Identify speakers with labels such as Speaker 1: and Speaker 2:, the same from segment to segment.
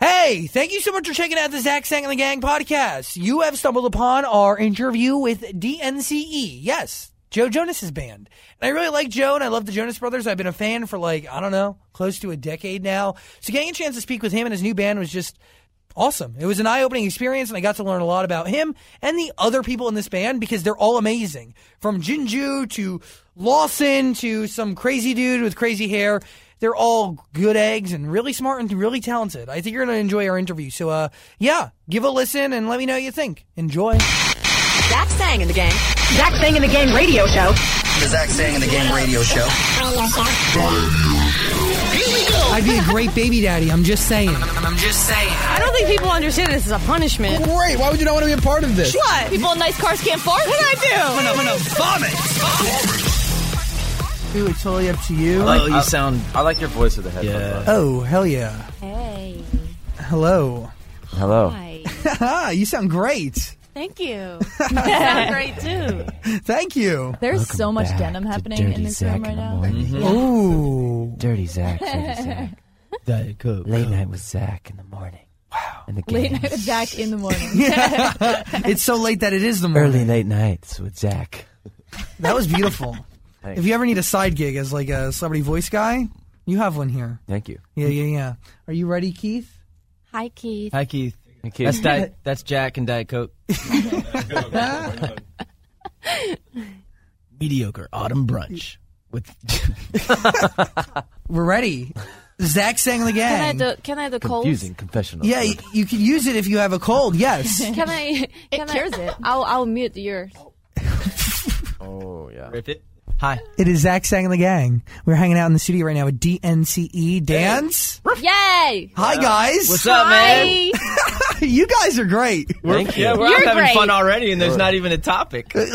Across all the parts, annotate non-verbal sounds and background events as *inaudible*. Speaker 1: Hey, thank you so much for checking out the Zach Sang and the Gang podcast. You have stumbled upon our interview with DNCE. E. Yes, Joe Jonas's band. And I really like Joe and I love the Jonas Brothers. I've been a fan for like, I don't know, close to a decade now. So getting a chance to speak with him and his new band was just awesome. It was an eye opening experience, and I got to learn a lot about him and the other people in this band because they're all amazing. From Jinju to Lawson to some crazy dude with crazy hair. They're all good eggs and really smart and really talented. I think you're going to enjoy our interview. So, uh, yeah, give a listen and let me know what you think. Enjoy.
Speaker 2: Zach Sang in the Gang. Zach Sang in the Gang radio show.
Speaker 3: The Zach Sang and the Gang radio show.
Speaker 1: I'd be a great baby daddy. I'm just saying.
Speaker 3: I'm just saying.
Speaker 4: I don't think people understand this is a punishment.
Speaker 5: Great. Why would you not want to be a part of this?
Speaker 4: What? People in nice cars can't fart? What did I do?
Speaker 3: I'm gonna vomit.
Speaker 1: Dude, it's totally up to you.
Speaker 6: oh, you sound.
Speaker 7: I like your voice with the headphones.
Speaker 1: Oh, hell yeah.
Speaker 4: Hey.
Speaker 1: Hello.
Speaker 7: Hello.
Speaker 4: Hi.
Speaker 1: Ah, *laughs* you sound great. *laughs*
Speaker 4: Thank you. sound great too.
Speaker 1: Thank you.
Speaker 8: There's so much denim happening in this room right now. Mm-hmm.
Speaker 1: Ooh.
Speaker 7: Dirty Zach.
Speaker 8: *laughs*
Speaker 7: Dirty Zach.
Speaker 5: Diet Coke.
Speaker 7: Late night with Zach in the morning. Wow. And the
Speaker 8: Late
Speaker 7: gang.
Speaker 8: night with Zach in the morning.
Speaker 1: It's so late that it is the morning.
Speaker 7: Early late nights with Zach.
Speaker 1: That was beautiful.
Speaker 7: Thanks.
Speaker 1: if you ever need a side gig as like a celebrity voice guy, you have one here.
Speaker 7: Thank you.
Speaker 1: Yeah, yeah, yeah. Are you ready, Keith?
Speaker 4: Hi Keith.
Speaker 6: Hi Keith.
Speaker 7: Thank you. *laughs*
Speaker 6: That's Diet, that's Jack and Diet Coke.
Speaker 5: Mediocre autumn brunch
Speaker 8: *laughs*
Speaker 5: with
Speaker 1: We're ready. Zach sang the
Speaker 4: Can I
Speaker 1: gang.
Speaker 4: do can I do cold?
Speaker 7: Confusing confessional.
Speaker 1: yeah, you, you can use it if you have a cold.
Speaker 4: *laughs*
Speaker 1: Yes.
Speaker 4: Can I can I,
Speaker 8: cures it.
Speaker 4: I'll I'll mute yours.
Speaker 7: Oh yeah.
Speaker 6: Ripped it. Hi.
Speaker 1: it is Zach sang the gang. We're hanging out in the studio right now with DNCE E Dance.
Speaker 4: Yay!
Speaker 1: Hi guys.
Speaker 6: What's up, man?
Speaker 1: *laughs*
Speaker 4: Hi.
Speaker 1: you guys are great.
Speaker 7: Thank you.
Speaker 6: Yeah, we're
Speaker 4: You're
Speaker 6: out having
Speaker 4: great.
Speaker 6: fun already, and there's not even a topic.
Speaker 7: We get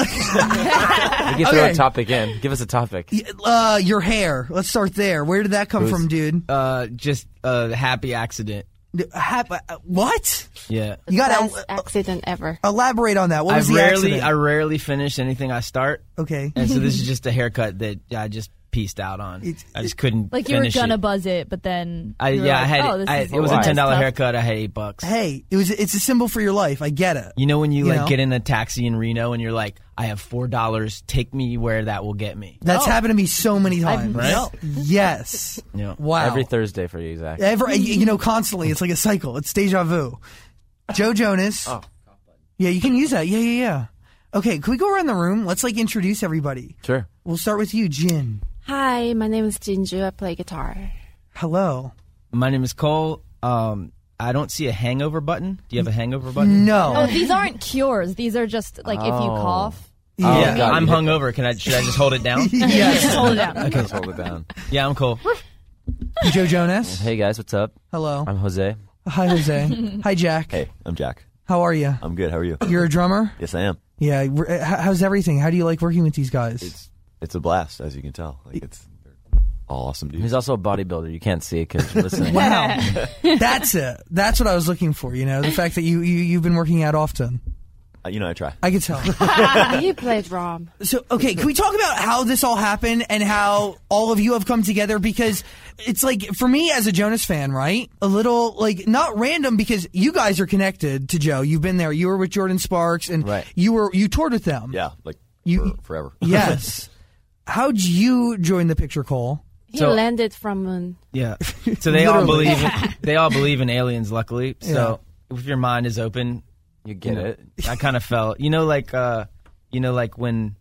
Speaker 7: through
Speaker 1: Okay.
Speaker 7: our topic in. Give us a topic.
Speaker 1: Uh, your hair. Let's start there. Where did that come
Speaker 7: Who's-
Speaker 1: from, dude?
Speaker 6: Uh, just a happy accident.
Speaker 1: Hap- uh, what?
Speaker 6: Yeah.
Speaker 1: You got
Speaker 4: Best
Speaker 1: to
Speaker 4: accident ever.
Speaker 1: elaborate on that. What
Speaker 6: I
Speaker 1: was the
Speaker 6: rarely,
Speaker 1: accident?
Speaker 6: I rarely finish anything I start,
Speaker 1: okay.
Speaker 6: and so
Speaker 8: *laughs*
Speaker 6: this is just a haircut that I just pieced out on.
Speaker 1: It's-
Speaker 6: I just couldn't.
Speaker 8: Like you were
Speaker 6: finish
Speaker 8: gonna
Speaker 6: It.
Speaker 8: buzz it, but then
Speaker 6: I,
Speaker 8: you were
Speaker 6: yeah,
Speaker 8: like,
Speaker 6: I had.
Speaker 8: Oh, this
Speaker 6: I,
Speaker 8: is
Speaker 6: it was a
Speaker 8: this
Speaker 6: ten dollar
Speaker 8: stuff.
Speaker 6: haircut. I had eight bucks.
Speaker 1: Hey, it was. It's a symbol for your life. I get it.
Speaker 6: You know when you,
Speaker 1: You
Speaker 6: like
Speaker 1: know?
Speaker 6: get in a taxi in Reno and you're like, I have four dollars. Take me where that will get me.
Speaker 1: That's happened to me so many times.
Speaker 6: Right?
Speaker 1: No.
Speaker 6: *laughs*
Speaker 1: Yes.
Speaker 6: Yeah.
Speaker 1: Wow.
Speaker 7: Every Thursday for you, Zach.
Speaker 1: Every- you know, constantly. It's like a cycle. It's deja vu. Joe Jonas. Oh. Yeah, you can use that. Yeah, yeah, yeah. Okay, can we go around the room? Let's like introduce everybody.
Speaker 7: Sure.
Speaker 1: We'll start with you, Jin.
Speaker 4: Hi, my name is Jinju. I play guitar.
Speaker 1: Hello.
Speaker 6: My name is Cole. Um, I don't see a hangover button. Do you have a hangover button?
Speaker 1: No.
Speaker 8: Oh, these aren't cures. These are just like if you
Speaker 7: Oh.
Speaker 8: cough,
Speaker 7: Oh,
Speaker 6: Yeah,
Speaker 7: God,
Speaker 6: I'm
Speaker 7: you hit
Speaker 6: hungover. Can I? Should I just hold it
Speaker 1: *laughs*
Speaker 4: *laughs*
Speaker 6: down?
Speaker 8: just hold
Speaker 7: *laughs*
Speaker 8: it out.
Speaker 7: that. Just hold it down.
Speaker 6: yeah, I'm cool.
Speaker 1: Joe Jonas.
Speaker 7: Hey guys, what's up?
Speaker 1: Hello.
Speaker 7: I'm Jose.
Speaker 1: Hi, Jose. Hi, Jack.
Speaker 9: Hey, I'm Jack.
Speaker 1: How are you?
Speaker 9: I'm good. How are you?
Speaker 1: You're a drummer?
Speaker 9: yes, I am.
Speaker 1: Yeah. we're- uh, how- How's everything? How do you like working with these guys? *laughs*
Speaker 9: It's it's a blast, as you can tell. Like it's they're all awesome dudes.
Speaker 7: He's also a bodybuilder. You can't see it because you're listening.
Speaker 1: wow. That's it. That's what I was looking for, you know, the fact that you, you, you've been working out often.
Speaker 9: Uh, you know, I try.
Speaker 1: I could
Speaker 9: *laughs*
Speaker 1: tell.
Speaker 4: he played drum.
Speaker 1: So, okay, can we talk about how this all happened and how all of you have come together? Because it's like, for me as a Jonas fan, right? A little, like, not random because you guys are connected to Joe. You've been there. You were with Jordan Sparks and
Speaker 7: Right.
Speaker 1: you were, you toured with them.
Speaker 9: yeah, like
Speaker 1: You-
Speaker 9: for, forever. *laughs*
Speaker 1: Yes. *laughs* How'd you join the picture, Cole?
Speaker 4: He
Speaker 6: So-
Speaker 4: landed from moon.
Speaker 6: Yeah. So they all
Speaker 1: Literally.
Speaker 6: believe. In, they all believe in aliens. Luckily, so if your mind is open,
Speaker 7: You get it.
Speaker 6: I kind of felt. You know, like uh, you know, like when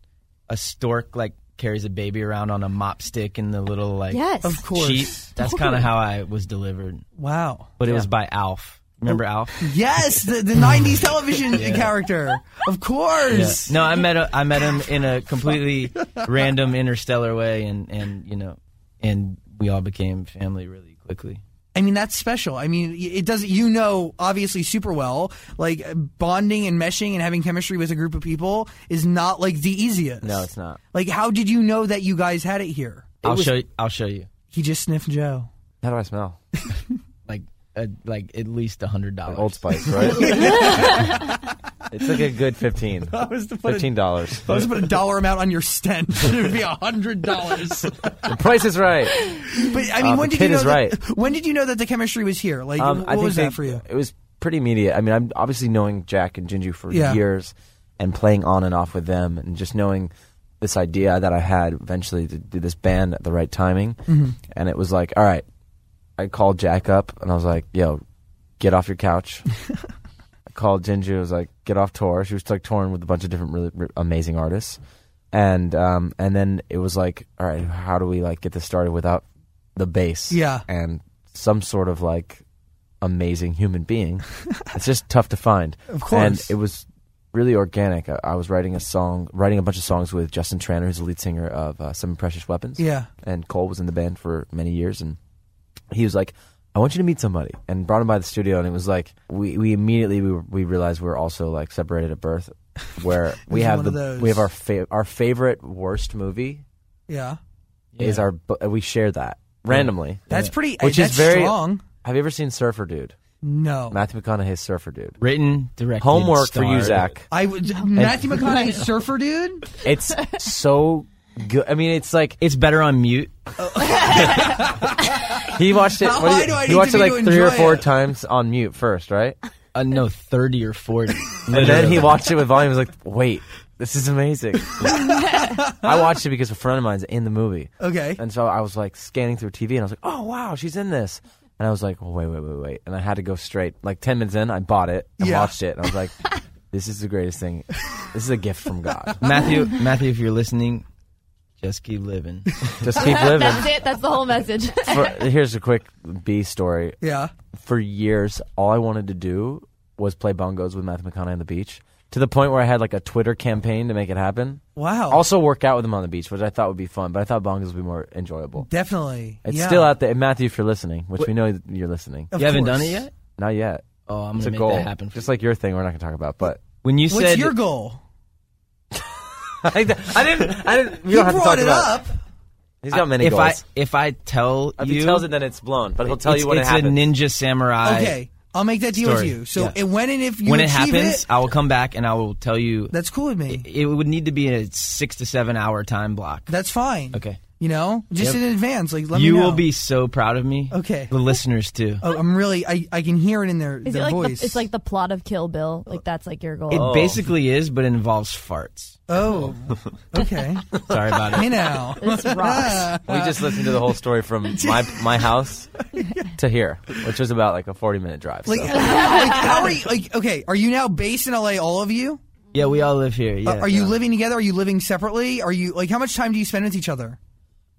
Speaker 6: a stork like carries a baby around on a mop stick and the little like
Speaker 8: Yes.
Speaker 1: Of course.
Speaker 6: sheet. That's kind of how I was delivered,
Speaker 1: Wow.
Speaker 6: but it was by Alf. Remember Alf?
Speaker 1: Yes, the, the 90s television character. Of course.
Speaker 6: No, I met a, I met him in a completely random interstellar way, and and you know, and we all became family really quickly.
Speaker 1: I mean, that's special. I mean, y- it doesn't, you know, obviously super well, like uh, bonding and meshing and having chemistry with a group of people is not like the easiest.
Speaker 7: No, it's not.
Speaker 1: Like, how did you know that you guys had it here?
Speaker 6: I'll show you, I'll show you
Speaker 1: He just sniffed Joe.
Speaker 7: How do I smell?
Speaker 6: like uh, like at least a hundred dollars.
Speaker 7: Old Spice, right? It took a good fifteen.
Speaker 1: I was to put a-
Speaker 7: Fifteen dollars.
Speaker 1: I was to put a dollar amount on your *laughs* stent. It would be a hundred *laughs* dollars. But
Speaker 7: The price is right.
Speaker 1: I mean, when
Speaker 7: Uh, the
Speaker 1: did you
Speaker 7: kid
Speaker 1: know?
Speaker 7: is
Speaker 1: That,
Speaker 7: right.
Speaker 1: when did you know that the chemistry was here? Like,
Speaker 7: Um,
Speaker 1: what
Speaker 7: I think
Speaker 1: was
Speaker 7: they-
Speaker 1: that for you?
Speaker 7: It was pretty immediate. I mean, I'm obviously knowing Jack and Jinju for
Speaker 1: Yeah.
Speaker 7: years and playing on and off with them, and just knowing this idea that I had eventually to do this band at the right timing,
Speaker 1: Mm-hmm.
Speaker 7: and it was like, all right. I called Jack up and I was like, "Yo, get off
Speaker 1: *laughs*
Speaker 7: your couch." I called Jinju. I was like, "Get off tour." She was like touring with a bunch of different really r- amazing artists, and um, and then it was like, "All right, how do we like get this started without the bass?"
Speaker 1: Yeah.
Speaker 7: and some sort of like amazing
Speaker 1: *laughs*
Speaker 7: human being. it's just tough to find.
Speaker 1: Of course.
Speaker 7: and it was really organic. I, I was writing a song, writing a bunch of songs with Justin Tranter, who's the lead singer of uh, Some Precious Weapons
Speaker 1: Yeah.
Speaker 7: and Cole was in the band for many years, and he was like, "I want you to meet somebody," and brought him by the studio, and it was like we we immediately we, we realized we were also like separated
Speaker 1: *laughs*
Speaker 7: at birth, where we
Speaker 1: It's
Speaker 7: have
Speaker 1: one of
Speaker 7: the
Speaker 1: those.
Speaker 7: we have our fa- our favorite worst movie
Speaker 1: Yeah,
Speaker 7: is our bu- we share that randomly,
Speaker 1: that's pretty.
Speaker 7: which
Speaker 1: that's
Speaker 7: is very
Speaker 1: strong.
Speaker 7: Have you ever seen Surfer Dude?
Speaker 1: No,
Speaker 7: Matthew McConaughey's Surfer Dude.
Speaker 6: Written, directed,
Speaker 7: Homework for you,
Speaker 6: starred.
Speaker 7: Zach.
Speaker 1: I would Matthew
Speaker 8: *laughs*
Speaker 1: McConaughey, surfer dude.
Speaker 7: It's so good. I mean, it's like
Speaker 6: It's better on mute.
Speaker 7: he watched it.
Speaker 1: How
Speaker 7: what do
Speaker 1: high
Speaker 7: you-
Speaker 1: do I
Speaker 7: he
Speaker 1: need to
Speaker 7: watched
Speaker 1: be
Speaker 7: it like
Speaker 1: to
Speaker 7: three or
Speaker 1: enjoy
Speaker 7: four
Speaker 1: it?
Speaker 7: times on mute first, right?
Speaker 6: Uh, no, thirty
Speaker 7: *laughs*
Speaker 6: or forty.
Speaker 7: And then he
Speaker 6: Literally.
Speaker 7: watched it with volume. and was like, "Wait, this is amazing."
Speaker 1: *laughs*
Speaker 7: I watched it because a friend of mine's in the movie,
Speaker 1: Okay,
Speaker 7: and so I was like scanning through TV, and I was like, "Oh wow, she's in this." And I was like, well, "Wait, wait, wait, wait!" And I had to go straight. Like ten minutes in, I bought it and
Speaker 1: Yeah.
Speaker 7: watched it, and I was like, "This is the greatest thing. This is a gift from God.
Speaker 6: Matthew, Matthew, if you're listening, just
Speaker 7: *laughs*
Speaker 6: keep living.
Speaker 7: Just keep
Speaker 1: *laughs*
Speaker 7: living."
Speaker 8: That's it. That's the whole message.
Speaker 7: For, here's a quick B story.
Speaker 1: yeah.
Speaker 7: for years, all I wanted to do was play bongos with Matthew McConaughey on the beach. To the point where I had like a Twitter campaign to make it happen.
Speaker 6: Oh.
Speaker 1: Wow.
Speaker 7: Also work out with him on the beach, which I thought would be fun, but I thought bongos would be more enjoyable.
Speaker 1: Definitely.
Speaker 7: It's
Speaker 1: yeah.
Speaker 7: still out there, And Matthew. If you're listening, which we know that you're listening,
Speaker 1: Of
Speaker 6: you haven't done
Speaker 1: course.
Speaker 6: it yet.
Speaker 7: not yet.
Speaker 6: Oh, I'm
Speaker 7: It's a
Speaker 6: gonna make
Speaker 7: goal.
Speaker 6: that happen. For
Speaker 7: Just
Speaker 6: you.
Speaker 7: like your thing, we're not going to talk about.
Speaker 6: *laughs*
Speaker 7: But
Speaker 6: when you
Speaker 1: What's
Speaker 6: said *laughs*
Speaker 1: your goal?
Speaker 7: I didn't. I didn't. We
Speaker 1: You
Speaker 7: don't have to
Speaker 1: brought
Speaker 7: talk
Speaker 1: it
Speaker 7: about.
Speaker 1: up.
Speaker 7: *laughs* He's got many
Speaker 6: if
Speaker 7: goals.
Speaker 6: I if I tell
Speaker 7: if
Speaker 6: you,
Speaker 7: he tells it, then it's blown. But he'll tell
Speaker 6: it's,
Speaker 7: you when
Speaker 6: it's
Speaker 7: it happens.
Speaker 6: a ninja samurai.
Speaker 1: Okay, I'll make that deal
Speaker 6: Story.
Speaker 1: with you. So
Speaker 6: Yeah.
Speaker 1: it- when and if you
Speaker 6: when it
Speaker 1: achieve
Speaker 6: happens,
Speaker 1: it,
Speaker 6: I will come back and I will tell you.
Speaker 1: that's cool with me.
Speaker 6: It would need to be a six to seven hour time block.
Speaker 1: That's fine.
Speaker 6: Okay.
Speaker 1: You know, just in advance. Like let
Speaker 6: you
Speaker 1: me know.
Speaker 6: will be so proud of me.
Speaker 1: Okay.
Speaker 6: The listeners too.
Speaker 1: Oh, I'm really. I, I can hear it in their,
Speaker 8: Is it
Speaker 1: their
Speaker 8: like the,
Speaker 1: voice.
Speaker 8: it's like the plot of Kill Bill? Like that's like your goal.
Speaker 7: Oh.
Speaker 6: It basically is, but involves farts.
Speaker 1: oh,
Speaker 6: *laughs*
Speaker 8: *laughs*
Speaker 1: okay.
Speaker 6: Sorry about
Speaker 1: *laughs* Hey
Speaker 6: it.
Speaker 1: now.
Speaker 8: this
Speaker 7: *laughs*
Speaker 8: rocks.
Speaker 7: we just listened to the whole story
Speaker 6: *laughs*
Speaker 7: from my my house to here, which was about like a 40 minute drive.
Speaker 1: Like,
Speaker 7: so.
Speaker 1: like, how are you? Like, okay, are you now based in LA? All of you?
Speaker 6: Yeah, we all live here. Yeah.
Speaker 1: Uh, are you living together? Are you living separately? Are you like how much time do you spend with each other?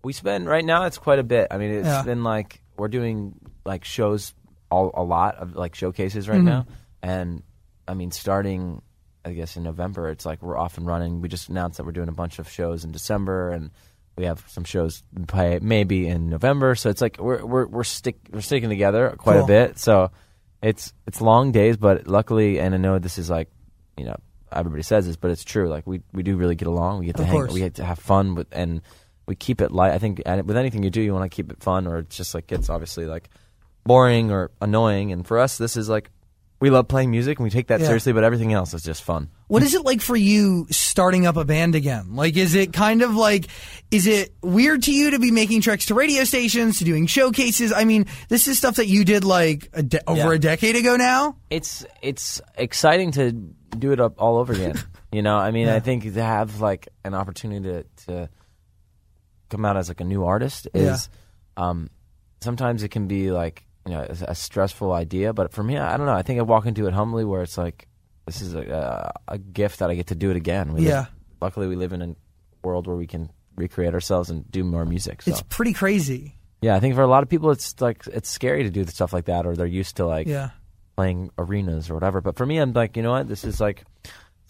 Speaker 7: We spend right now. It's quite a bit. I mean, it's
Speaker 1: Yeah.
Speaker 7: been like we're doing like shows all, a lot of like showcases
Speaker 1: Mm-hmm.
Speaker 7: right now, and I mean, starting I guess in November, it's like we're off and running. We just announced that we're doing a bunch of shows in December, and we have some shows by- maybe in November. So it's like we're we're we're stick we're sticking together quite
Speaker 1: Cool.
Speaker 7: a bit. So it's it's long days, but luckily, and I know this is like you know everybody says this, but it's true. Like we we do really get along. We get to
Speaker 1: Of
Speaker 7: hang.
Speaker 1: course.
Speaker 7: We get to have fun with and we keep it light. I think and with anything you do, you want to keep it fun, or it's just like it's obviously like boring or annoying. And for us, this is like we love playing music and we take that
Speaker 1: Yeah.
Speaker 7: seriously, but everything else is just fun.
Speaker 1: What is it like for you starting up a band again? Like, is it kind of like, is it weird to you to be making treks to radio stations, to doing showcases? I mean, this is stuff that you did like a de- over
Speaker 7: Yeah.
Speaker 1: a decade ago now.
Speaker 7: It's it's exciting to do it up all
Speaker 1: *laughs*
Speaker 7: over again. you know, I mean, I think to have like an opportunity to, to come out as like a new artist is um, sometimes it can be like you know a, a stressful idea, but for me, I don't know. I think I walk into it humbly, where it's like this is a, a, a gift that I get to do it again. We live-
Speaker 1: Yeah.
Speaker 7: luckily, we live in a world where we can recreate ourselves and do more music. So.
Speaker 1: It's pretty crazy.
Speaker 7: yeah, I think for a lot of people, it's like it's scary to do the stuff like that, or they're used to like
Speaker 1: Yeah.
Speaker 7: playing arenas or whatever. But for me, I'm like, you know what? This is like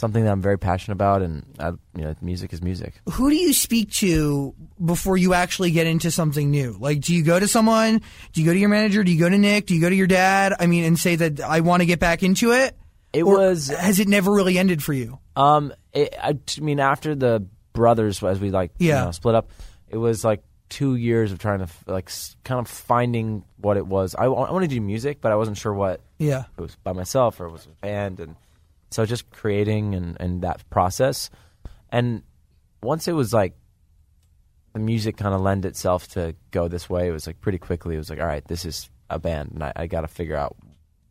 Speaker 7: something that I'm very passionate about, and I, you know, music is music.
Speaker 1: Who do you speak to before you actually get into something new? Like, do you go to someone? Do you go to your manager? Do you go to Nick? Do you go to your dad? I mean, and say that I want to get back into it?
Speaker 7: It
Speaker 1: Or
Speaker 7: was,
Speaker 1: Has it never really ended for you?
Speaker 7: um, it, I t- mean, after the brothers, as we like,
Speaker 1: Yeah.
Speaker 7: you know, split up, it was like two years of trying to f- like s- kind of finding what it was. I, wa- I wanted to do music, but I wasn't sure what
Speaker 1: Yeah.
Speaker 7: it was by myself or it was a band and So just creating and, and that process. And once it was like the music kind of lend itself to go this way, it was like pretty quickly. It was like, all right, this is a band, and I, I got to figure out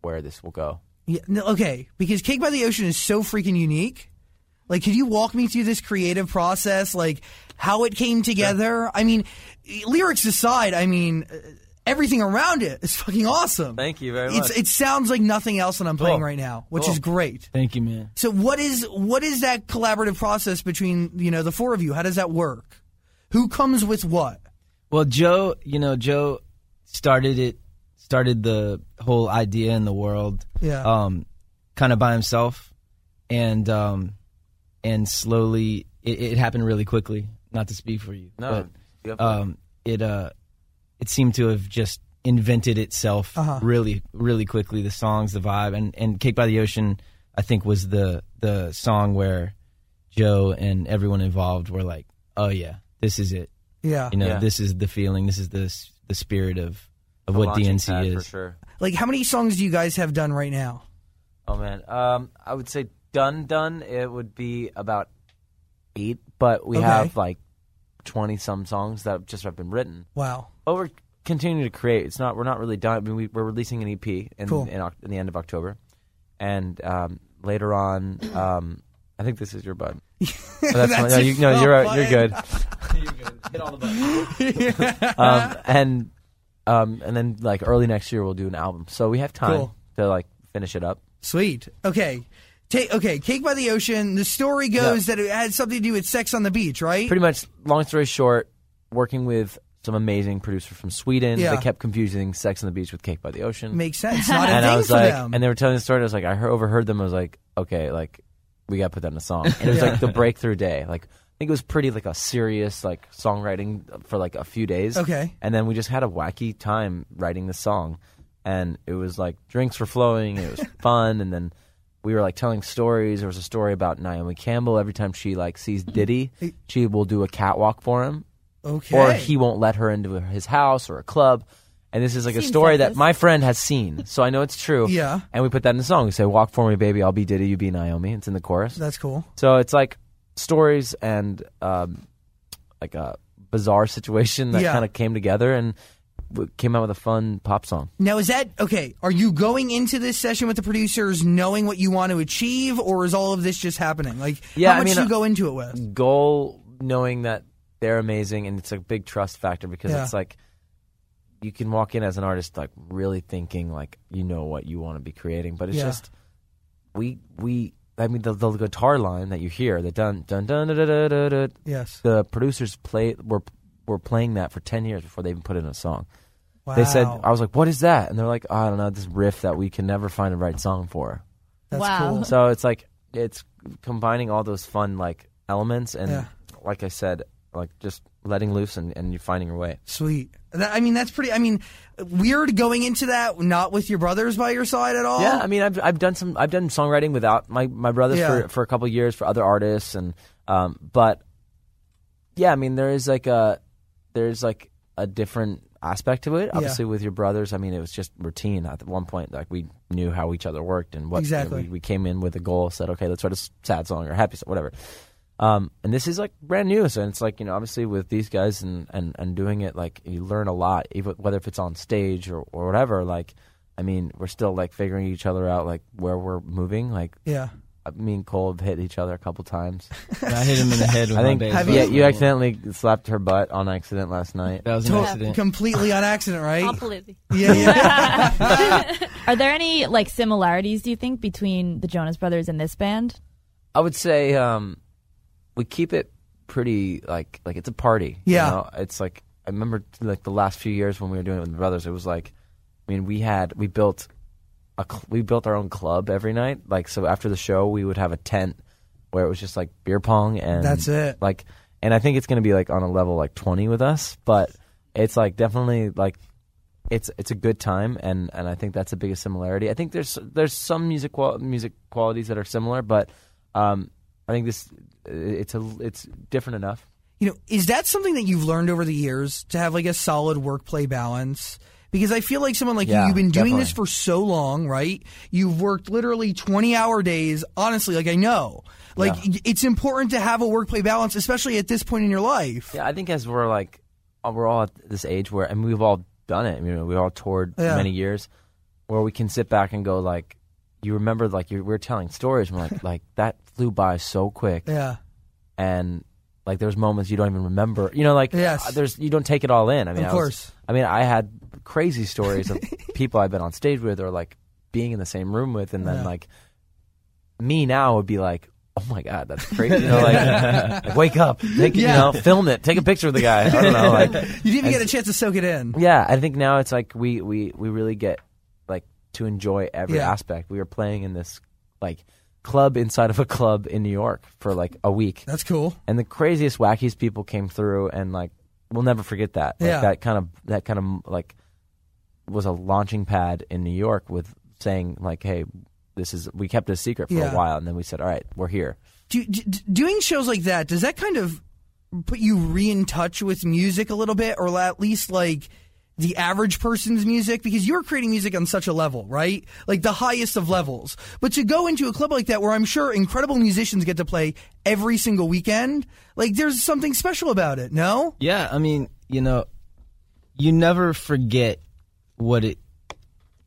Speaker 7: where this will go.
Speaker 1: Yeah, no, okay, because Cake by the Ocean is so freaking unique. Like, could you walk me through this creative process? Like, how it came together? I mean, e- lyrics aside, I mean, uh, everything around it is fucking awesome.
Speaker 7: Thank you very
Speaker 1: It's,
Speaker 7: much.
Speaker 1: it sounds like nothing else that I'm playing
Speaker 7: Cool.
Speaker 1: right now, which
Speaker 7: Cool.
Speaker 1: is great.
Speaker 6: Thank you, man.
Speaker 1: So, what is what is that collaborative process between you know the four of you? How does that work? Who comes with what?
Speaker 6: Well, Joe, you know, Joe started it, started the whole idea in the world,
Speaker 1: Yeah.
Speaker 6: um, kind of by himself, and um, and slowly it, it happened really quickly. Not to speak for you,
Speaker 7: No, you have
Speaker 6: but um, it uh, it seemed to have just invented itself
Speaker 1: Uh-huh.
Speaker 6: really, really quickly. The songs, the vibe, and and "Cake by the Ocean," I think was the the song where Joe and everyone involved were like, "Oh yeah, this is it."
Speaker 1: Yeah,
Speaker 6: you know
Speaker 7: Yeah.
Speaker 6: this is the feeling this is the s- the spirit of of what
Speaker 7: Launching
Speaker 6: DNC
Speaker 7: pad
Speaker 6: is
Speaker 7: for sure.
Speaker 1: like how many songs do you guys have done right now?
Speaker 7: Oh man, um, I would say done done. It would be about eight, but we
Speaker 1: Okay.
Speaker 7: have like twenty some songs that just have been written.
Speaker 1: Wow.
Speaker 7: But we're continuing to create. It's not. We're not really done. I mean, we, we're releasing an EP in,
Speaker 1: Cool.
Speaker 7: in, Oc- in the end of October, and um, later on, um, I think this is
Speaker 1: *laughs*
Speaker 7: your button. Oh, that's
Speaker 1: That's
Speaker 7: my- no,
Speaker 1: your
Speaker 7: you, no, you're out-
Speaker 1: button.
Speaker 7: you're good. um, and um, and then like early next year we'll do an album. So we have time
Speaker 1: Cool.
Speaker 7: to like finish it up.
Speaker 1: Sweet. Okay. Take okay. Cake by the Ocean. The story goes that it had something to do with sex on the beach, right?
Speaker 7: pretty much long story short working with some amazing producer from sweden
Speaker 1: Yeah.
Speaker 7: they kept confusing sex on the beach with cake by the
Speaker 1: *laughs*
Speaker 7: ocean
Speaker 1: Makes sense. Not a
Speaker 7: and
Speaker 1: thing
Speaker 7: i was
Speaker 1: for
Speaker 7: like
Speaker 1: them.
Speaker 7: and they were telling the story i was like i heard, overheard them i was like okay like we got to put that in a song and it was
Speaker 1: Yeah.
Speaker 7: like the breakthrough day like i think it was pretty like a serious like songwriting for like a few days
Speaker 1: Okay.
Speaker 7: and then we just had a wacky time writing the song and it was like drinks were flowing and it
Speaker 1: *laughs*
Speaker 7: was fun and then we were like telling stories there was a story about naomi campbell every time she like sees
Speaker 1: Mm-hmm.
Speaker 7: diddy she will do a catwalk for him
Speaker 1: okay.
Speaker 7: or he won't let her into his house or a club and this is like a
Speaker 8: Seems
Speaker 7: story
Speaker 8: like
Speaker 7: that
Speaker 8: this.
Speaker 7: my friend has seen so i know it's true
Speaker 1: Yeah.
Speaker 7: and we put that in the song we say walk for me baby i'll be diddy you be naomi it's in the chorus
Speaker 1: That's cool.
Speaker 7: so it's like stories and um, like a bizarre *laughs* situation that
Speaker 1: Yeah.
Speaker 7: kind of came together and w- came out with a fun pop song.
Speaker 1: Now is that okay? Are you going into this session with the producers knowing what you want to achieve, or is all of this just happening? Like,
Speaker 7: Yeah,
Speaker 1: how
Speaker 7: I
Speaker 1: much
Speaker 7: mean,
Speaker 1: do
Speaker 7: uh,
Speaker 1: you go into it with?
Speaker 7: Goal knowing that they're amazing and it's a big trust factor because
Speaker 1: Yeah.
Speaker 7: it's like you can walk in as an artist like really thinking like you know what you want to be creating, but it's
Speaker 1: Yeah.
Speaker 7: just we we I mean the, the guitar line that you hear the dun dun dun dun dun dun, dun, dun
Speaker 1: Yes.
Speaker 7: the producers play were were playing that for ten years before they even put it in a song.
Speaker 1: Wow.
Speaker 7: They said, I was like, what is that? And they're like, I don't know, this riff that we can never find the right song for.
Speaker 1: That's
Speaker 8: Wow.
Speaker 1: cool.
Speaker 7: So it's like, it's combining all those fun, like, elements. And
Speaker 1: Yeah.
Speaker 7: like I said, like, just letting loose and, and you finding your way.
Speaker 1: *laughs* Sweet. That, I mean, that's pretty. I mean, weird going into that not with your brothers by your side at all.
Speaker 7: Yeah, I mean, I've, I've done some, I've done songwriting without my, my brothers
Speaker 1: Yeah.
Speaker 7: for, for a couple years for other artists. And, um, but yeah, I mean, there is like a, there's like a different aspect to it. Obviously with your brothers, I mean, it was just routine at one point. Like we knew how each other worked and what,
Speaker 1: Exactly.
Speaker 7: we, we came in with a goal, said, okay, let's write a s- sad song or a happy song, whatever. Um, and this is like brand new, so it's like you know, obviously with these guys and, and, and doing it, like you learn a lot, even whether if it's on stage or, or whatever. Like, I mean, we're still like figuring each other out, like where we're moving. Like,
Speaker 1: Yeah.
Speaker 7: I- me and Cole have hit each other a couple times.
Speaker 6: *laughs* I hit him in the head
Speaker 7: *laughs*
Speaker 6: with
Speaker 7: I think
Speaker 6: my
Speaker 1: Have
Speaker 6: baseball.
Speaker 7: yeah,
Speaker 1: you-
Speaker 7: you accidentally slapped her butt on accident last night.
Speaker 6: that was an
Speaker 1: Totally,
Speaker 7: *laughs*
Speaker 6: accident
Speaker 1: completely on accident, right?
Speaker 2: Completely.
Speaker 1: yeah, yeah.
Speaker 8: Are there any like similarities do you think between the Jonas Brothers and this band?
Speaker 7: I would say um, we keep it pretty like like it's a party.
Speaker 1: Yeah.
Speaker 7: you know? it's like I remember like the last few years when we were doing it with the brothers. It was like, I mean, we had we built a cl- we built our own club every night. Like so, after the show, we would have a tent where it was just like beer pong and
Speaker 1: That's it.
Speaker 7: Like, and I think it's going to be like on a level like twenty with us, but it's like definitely like. It's it's a good time and, and I think that's the biggest similarity. I think there's there's some music qual- music qualities that are similar, but um, I think this it's a it's different enough.
Speaker 1: You know, is that something that you've learned over the years to have like a solid work play balance? because I feel like someone like you,
Speaker 7: Yeah,
Speaker 1: you've been doing this
Speaker 7: definitely.
Speaker 1: for so long, right? You've worked literally 20 hour days. Honestly, like I know, like y- it's important to have a work play balance, especially at this point in your life.
Speaker 7: Yeah, I think as we're like, uh, we're all at this age where, and we've all done it. You know, we all toured for
Speaker 1: Yeah.
Speaker 7: many years, where we can sit back and go like, you remember like you we're telling stories, and we're
Speaker 1: *laughs*
Speaker 7: like, like that flew by so quick,
Speaker 1: Yeah.
Speaker 7: and like there's moments you don't even remember. You know, like
Speaker 1: Yes.
Speaker 7: uh, there's you don't take it all in. I mean,
Speaker 1: Of
Speaker 7: I was-
Speaker 1: course.
Speaker 7: I mean, I had crazy stories of *laughs* people I've been on stage with, or like being in the same room with, and then
Speaker 1: Yeah.
Speaker 7: like me now would be like. Oh my God, that's crazy! You know,
Speaker 1: *laughs*
Speaker 7: like, like, wake up, take,
Speaker 1: Yeah.
Speaker 7: you know, film it, take a picture of the guy. I don't know,
Speaker 1: *laughs*
Speaker 7: like,
Speaker 1: You didn't even get a chance to soak it in.
Speaker 7: yeah, I think now it's like we we we really get like to enjoy every
Speaker 1: Yeah.
Speaker 7: aspect. We were playing in this like club inside of a club in New York for like a week,
Speaker 1: That's cool.
Speaker 7: and the craziest, wackiest people came through, and like we'll never forget that. Like,
Speaker 1: Yeah.
Speaker 7: that kind of that kind of like was a launching pad in New York with saying like, hey. This is we kept it a secret for
Speaker 1: Yeah.
Speaker 7: a while, and then we said, "All right, we're here."
Speaker 1: Do, do, doing shows like that, does that kind of put you re in touch with music a little bit, or at least like the average person's music? Because you're creating music on such a level, right? Like the highest of levels. But to go into a club like that, where I'm sure incredible musicians get to play every single weekend, like there's something special about it, no?
Speaker 6: Yeah, I mean, you know, you never forget what it.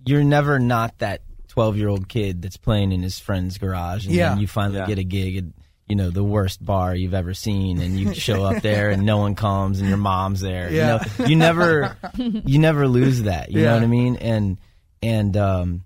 Speaker 6: You're never not that twelve-year-old kid that's playing in his friend's garage, and
Speaker 1: Yeah.
Speaker 6: then you finally
Speaker 7: Yeah.
Speaker 6: get a gig at you know the worst bar you've ever seen, and you show
Speaker 1: *laughs*
Speaker 6: up there and no one comes, and your mom's there.
Speaker 1: Yeah.
Speaker 6: You, know, you never, you never lose that. You
Speaker 1: Yeah.
Speaker 6: know what I mean? And and um,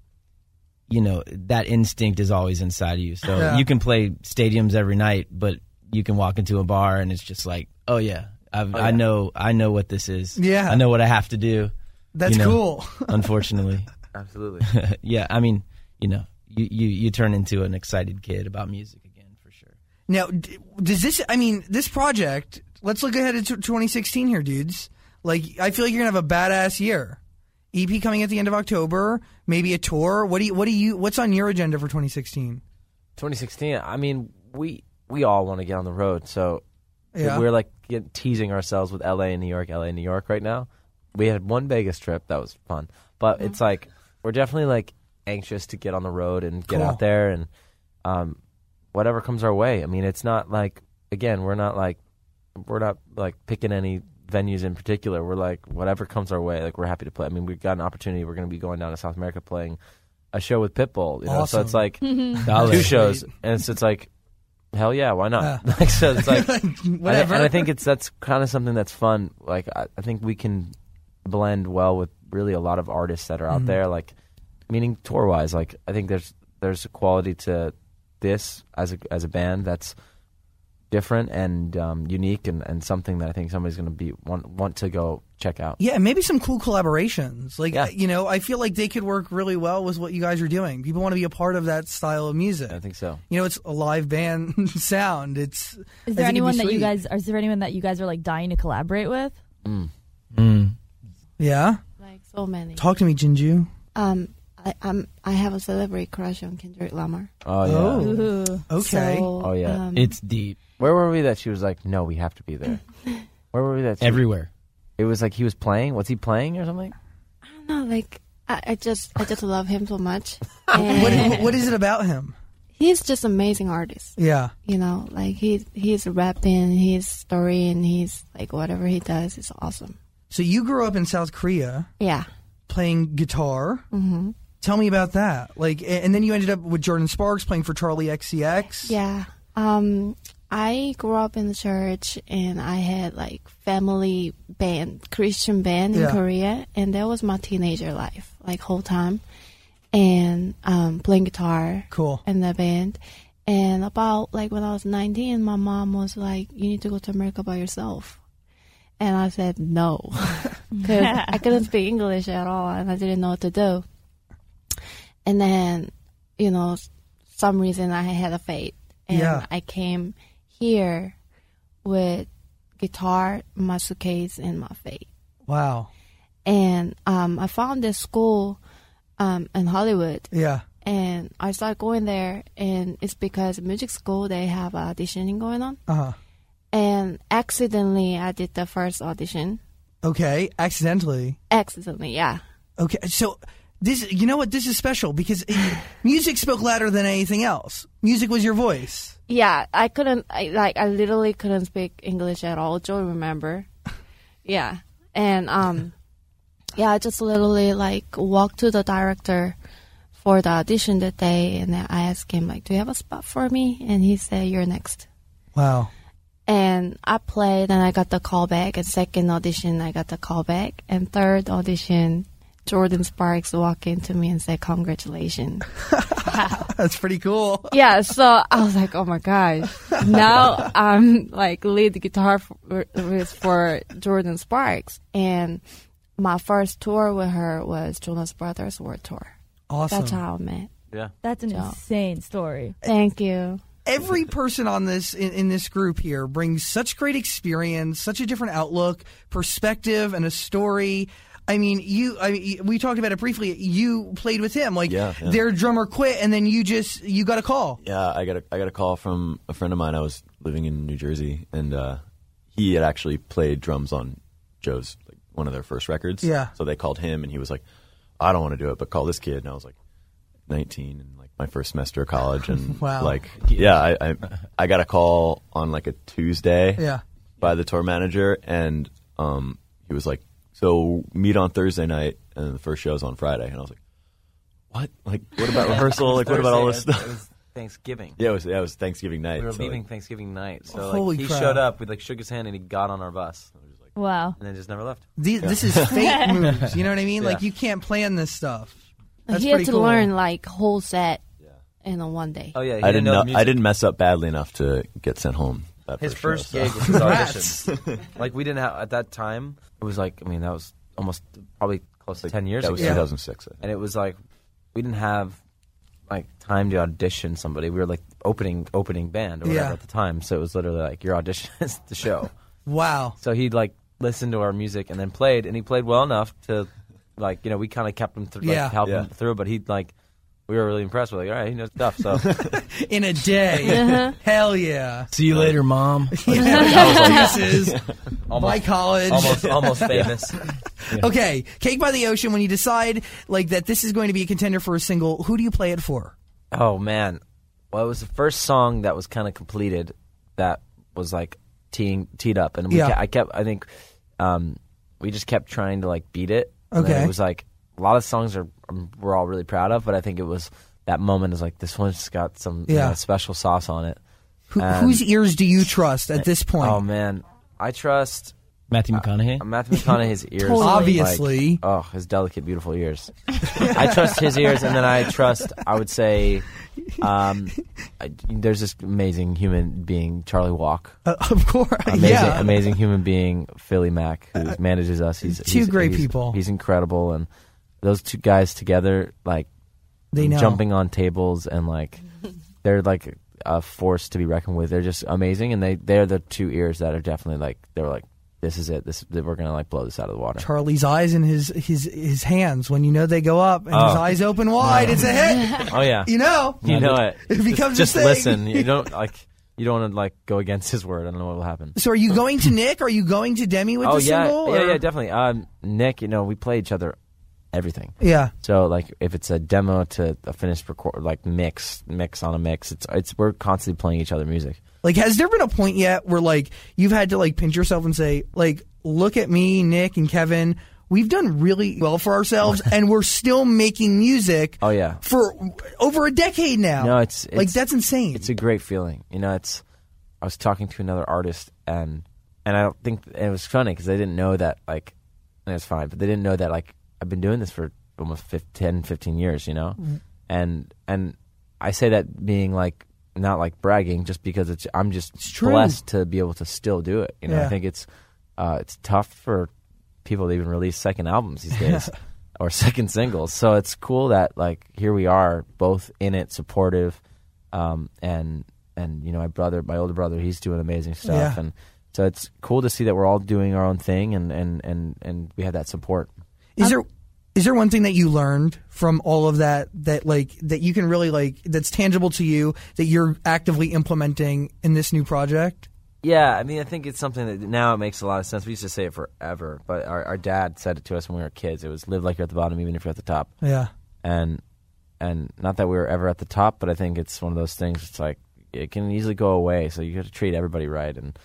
Speaker 6: you know that instinct is always inside of you. So
Speaker 1: Yeah.
Speaker 6: you can play stadiums every night, but you can walk into a bar and it's just like, oh yeah, I've, I know, I know what this is.
Speaker 1: Yeah.
Speaker 6: I know what I have to do.
Speaker 1: That's
Speaker 6: you know,
Speaker 1: cool.
Speaker 6: *laughs*
Speaker 1: *laughs*
Speaker 6: unfortunately, *laughs*
Speaker 7: Absolutely.
Speaker 6: yeah. I mean, you know, you, you you turn into an excited kid about music again for sure.
Speaker 1: Now, d- does this? I mean, this project. Let's look ahead to 2016 here, dudes. Like, I feel like you're gonna have a badass year. EP coming at the end of October, maybe a tour. What do you? What do you? What's on your agenda for 2016?
Speaker 7: 2016. I mean, we we all want to get on the road, so
Speaker 1: Yeah.
Speaker 7: we're like get, teasing ourselves with LA and New York, LA and New York right now. We had one Vegas trip that was fun, but
Speaker 1: Mm.
Speaker 7: it's like we're definitely like anxious to get on the road and get
Speaker 1: Cool.
Speaker 7: out there and um, whatever comes our way. I mean, it's not like again, we're not like we're not like picking any venues in particular. We're like whatever comes our way, like we're happy to play. I mean, we've got an opportunity. We're going to be going down to South America playing a show with Pitbull. You know, so it's
Speaker 1: Awesome.
Speaker 7: like two shows, and it's, it's like hell yeah, why not? *laughs* Like, so it's like
Speaker 1: Whatever.
Speaker 7: and, I- and I think it's that's kind of something that's fun. Like I, I think we can blend well with really a lot of artists that are out there. Like meaning tour wise, like I think there's there's a quality to this as a as a band that's different and um, unique and, and something that I think somebody's going to be want, want to go check out.
Speaker 1: yeah, maybe some cool collaborations. Like,
Speaker 7: Yeah.
Speaker 1: you know, I feel like they could work really well with what you guys are doing. People want to be a part of that style of music.
Speaker 7: I think so.
Speaker 1: You know, it's a live band *laughs* sound. It's
Speaker 8: Is there anyone that you guys? Is there anyone that you guys are like dying to collaborate with?
Speaker 1: Yeah,
Speaker 4: Like so many.
Speaker 1: talk to me, Jinju.
Speaker 4: Um, I, um, I have a celebrity crush on Kendrick Lamar.
Speaker 7: Oh yeah.
Speaker 1: Oh.
Speaker 8: Ooh.
Speaker 1: Okay.
Speaker 4: So,
Speaker 7: Oh, yeah.
Speaker 4: Um,
Speaker 6: It's deep
Speaker 7: Where were we that she was like, no, we have to be there. Where were we that she,
Speaker 6: everywhere.
Speaker 7: it was like he was playing? Was he playing or something?
Speaker 4: I don't know. Like I, I just, I just love him so much.
Speaker 1: *laughs* what,
Speaker 4: *laughs* And
Speaker 1: what is it about him?
Speaker 4: he's just amazing artist.
Speaker 1: Yeah.
Speaker 4: You know, like he, he's rapping, he's story, and he's like whatever he does is awesome.
Speaker 1: So you grew up in South Korea.
Speaker 4: Yeah.
Speaker 1: playing guitar. Mm-hmm. Tell me about that. Like, a- and then you ended up with Jordan Sparks playing for Charlie XCX.
Speaker 4: Yeah. Um, I grew up in the church and I had like family band, Christian band
Speaker 1: Yeah.
Speaker 4: in Korea, and that was my teenager life, like whole time, and um, playing guitar
Speaker 1: Cool.
Speaker 4: in the band. And about like when I was 19, my mom was like, "You need to go to America by yourself," and I said no *laughs* because I couldn't speak English at all and I didn't know what to do. And then, you know, s- some reason I had a fate, and
Speaker 1: Yeah.
Speaker 4: I came here with guitar, my suitcase, and my fate.
Speaker 1: Wow.
Speaker 4: And um, I found this school um, in Hollywood,
Speaker 1: Yeah.
Speaker 4: and I started going there. And it's because music school they have auditioning going on.
Speaker 1: Uh huh.
Speaker 4: And accidentally, I did the first audition.
Speaker 1: Okay. Accidentally.
Speaker 4: Accidentally, yeah.
Speaker 1: Okay, so this you know what this is special because
Speaker 4: *laughs*
Speaker 1: it, music spoke louder than anything else. Music was your voice.
Speaker 4: Yeah, I couldn't. I, like I literally couldn't speak English at all. Joe, remember? Yeah, and um, yeah, I just literally like walked to the director for the audition that day, and then I asked him like, "Do you have a spot for me?" And he said, "You're next."
Speaker 1: Wow. *laughs*
Speaker 4: And I played, and I got the call back. And second audition, I got the call back. And third audition, Jordan Sparks walked into me and said, "Congratulations."
Speaker 1: That's pretty cool.
Speaker 4: *laughs* yeah, so I was like, oh my gosh. Now I'm like lead guitar for, with- for Jordan Sparks. And my first tour with her was Jonas Brothers World Tour.
Speaker 1: Awesome.
Speaker 4: That's how I met.
Speaker 8: That's an
Speaker 4: Yeah.
Speaker 8: insane story.
Speaker 4: Thank you.
Speaker 1: every person on this in, in this group here brings such great experience, such a different outlook, perspective, and a story. I mean, you. I mean, we talked about it briefly. You played with him, like
Speaker 9: Yeah, yeah.
Speaker 1: their drummer quit, and then you just you got a call.
Speaker 9: Yeah, I got a, I got a call from a friend of mine. I was living in New Jersey, and uh, he had actually played drums on Joe's like one of their first records.
Speaker 1: Yeah.
Speaker 9: So they called him, and he was like, "I don't want to do it, but call this kid." And I was like, 19 and like my first semester of college, and
Speaker 1: *laughs* Wow.
Speaker 9: like yeah, I, I I got a call on like a Tuesday.
Speaker 1: Yeah.
Speaker 9: By the tour manager, and um, he was like, "So meet on Thursday night, and the first show's on Friday." And I was like, "What? Like,
Speaker 1: *laughs*
Speaker 9: what about rehearsal? Like, what about all this
Speaker 7: Thursday,
Speaker 9: stuff?"
Speaker 7: it was Thanksgiving.
Speaker 9: Yeah, it was, yeah, it was Thanksgiving night.
Speaker 7: We were
Speaker 9: so, like,
Speaker 7: leaving Thanksgiving night, so
Speaker 1: Holy
Speaker 7: like he
Speaker 1: crap.
Speaker 7: showed up. We like shook his hand and he got on our bus,
Speaker 8: Wow.
Speaker 7: and then just never left.
Speaker 1: These, This is
Speaker 4: *laughs*
Speaker 1: fate moves. You know what I mean? Like you can't plan this stuff. That's
Speaker 4: he had
Speaker 1: pretty
Speaker 4: to
Speaker 1: cool.
Speaker 4: learn like whole set in a one day.
Speaker 7: Oh yeah, he
Speaker 9: I didn't.
Speaker 7: know. the
Speaker 9: Know, I
Speaker 7: music.
Speaker 9: didn't mess up badly enough to get sent home. That
Speaker 7: His first
Speaker 9: first, show, so-
Speaker 7: gig was his audition. like we didn't have at that time. It was like I mean that was almost probably close to ten years
Speaker 9: That was
Speaker 7: ago,
Speaker 9: 2006. I think.
Speaker 7: and it was like we didn't have like time to audition somebody. We were like opening opening band or whatever
Speaker 1: Yeah.
Speaker 7: at the time, so it was literally like your audition is the show.
Speaker 1: Wow.
Speaker 7: So he like listened to our music and then played, and he played well enough to like you know we kind of kept him through, like,
Speaker 1: Yeah.
Speaker 7: helped him
Speaker 9: Yeah.
Speaker 7: through. But he like we were really impressed. We're like, all right, he knows stuff.
Speaker 1: *laughs*
Speaker 7: So
Speaker 1: In a day.
Speaker 4: Uh-huh.
Speaker 1: Hell yeah.
Speaker 5: See you later, mom.
Speaker 9: *laughs*
Speaker 1: Excuses. By
Speaker 7: almost
Speaker 1: college.
Speaker 7: almost almost famous.
Speaker 1: Okay. Cake by the Ocean. When you decide like that, this is going to be a contender for a single. Who do you play it for?
Speaker 7: Oh man, well it was the first song that was kind of completed that was like teeing, teed up, and we
Speaker 1: Yeah.
Speaker 7: ke- I kept I think um, we just kept trying to like beat it. And then
Speaker 1: Okay.
Speaker 7: it was like a lot of songs are um, we're all really proud of, but I think it was that moment is like this one's got some you
Speaker 1: Yeah.
Speaker 7: know, special sauce on it.
Speaker 1: Who,
Speaker 7: Um,
Speaker 1: whose ears do you trust at this point?
Speaker 7: Oh man, I trust
Speaker 6: Matthew McConaughey.
Speaker 7: Matthew McConaughey's ears.
Speaker 1: Totally.
Speaker 7: like-
Speaker 1: Obviously.
Speaker 7: oh, his delicate, beautiful ears. I trust his ears, and then I trust. I would say, um, I, there's this amazing human being, Charlie Walk.
Speaker 1: Uh, *laughs* of course,
Speaker 7: Amazing,
Speaker 1: yeah. Uh,
Speaker 7: amazing human being, Philly Mack, who manages us. He's
Speaker 1: two
Speaker 7: he's-
Speaker 1: great
Speaker 7: he's-
Speaker 1: people.
Speaker 7: He's incredible, and those two guys together, like
Speaker 1: They know.
Speaker 7: jumping on tables and like they're like a force to be reckoned with. They're just amazing, and they they're the two ears that are definitely like they're like this is it. This we're gonna like blow this out of the water.
Speaker 1: Charlie's eyes and his his his hands when you know they go up and his
Speaker 7: Oh.
Speaker 1: eyes open wide. It's a
Speaker 7: *laughs*
Speaker 1: hit.
Speaker 7: Oh yeah,
Speaker 1: You know.
Speaker 7: you know it.
Speaker 1: It becomes a
Speaker 7: just, just
Speaker 1: thing. *laughs*
Speaker 7: listen. You don't like you don't want to like go against his word. I don't know what will happen.
Speaker 1: So are you going to Nick? Are you going to Demi with
Speaker 7: oh
Speaker 1: the
Speaker 7: yeah,
Speaker 1: single?
Speaker 7: yeah,
Speaker 1: or-
Speaker 7: yeah, definitely. Um, Nick, you know we play each other everything.
Speaker 1: Yeah.
Speaker 7: So like if it's a demo to a finished record, like mix mix on a mix, it's it's we're constantly playing each other music.
Speaker 1: Like, has there been a point yet where like you've had to like pinch yourself and say like, look at me, Nick and Kevin. We've done really well for
Speaker 7: *laughs*
Speaker 1: ourselves, and we're still making music.
Speaker 7: Oh, yeah.
Speaker 1: for over a decade now.
Speaker 7: No, it's-
Speaker 1: like
Speaker 7: it's-
Speaker 1: that's insane.
Speaker 7: It's a great feeling. You know, it's. I was talking to another artist, and and I don't think and it was funny because they didn't know that like, and it's fine, but they didn't know that like I've been doing this for almost 15, 10, 15 years. You know, and and I say that being like not like bragging, just because it's I'm just
Speaker 1: true.
Speaker 7: blessed to be able to still do it. You know,
Speaker 1: Yeah.
Speaker 7: I think it's uh, it's tough for people to even release second albums these
Speaker 1: *laughs*
Speaker 7: days. Or second singles, so it's cool that like here we are, both in it, supportive, um, and and you know my brother, my older brother, he's doing amazing stuff,
Speaker 1: Yeah.
Speaker 7: and so it's cool to see that we're all doing our own thing, and and and and we have that support.
Speaker 1: Is there is there one thing that you learned from all of that that like that you can really like that's tangible to you that you're actively implementing in this new project?
Speaker 7: Yeah, I mean, I think it's something that now it makes a lot of sense. We used to say it forever, but our, our dad said it to us when we were kids. It was live like you're at the bottom, even if you're at the top.
Speaker 1: Yeah.
Speaker 7: And and not that we were ever at the top, but I think it's one of those things. It's like it can easily go away, so you got to treat everybody right, and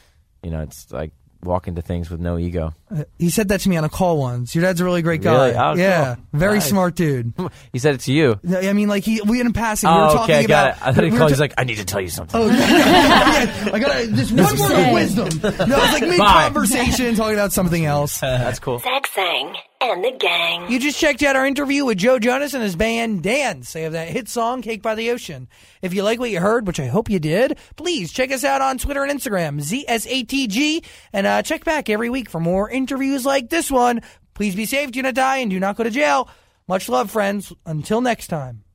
Speaker 7: you know, it's like walk into things with no ego.
Speaker 1: Uh, He said that to me on a call once. Your dad's a really great guy.
Speaker 7: Really? Oh,
Speaker 1: yeah,
Speaker 7: cool.
Speaker 1: very
Speaker 7: Nice.
Speaker 1: smart dude.
Speaker 7: *laughs* he said it to you.
Speaker 1: No, I mean, like he we in passing. we were
Speaker 7: oh,
Speaker 1: talking
Speaker 7: okay, I got
Speaker 1: about.
Speaker 7: it. I thought
Speaker 1: we
Speaker 7: he
Speaker 1: were
Speaker 7: called.
Speaker 1: ta-
Speaker 7: He's like, I need to tell you something.
Speaker 1: Oh, *laughs*
Speaker 7: *laughs*
Speaker 1: yeah, I got just one word of wisdom. No, it was like mid
Speaker 7: Bye.
Speaker 1: conversation talking about something else.
Speaker 7: That's cool. *laughs*
Speaker 2: Zach Sang and the gang.
Speaker 1: You just checked out our interview with Joe Jonas and his band Dance. They have that hit song, Cake by the Ocean. If you like what you heard, which I hope you did, please check us out on Twitter and Instagram, ZSATG, and uh, check back every week for more interviews like this one. Please be safe, do not die, and do not go to jail. Much love, friends. Until next time.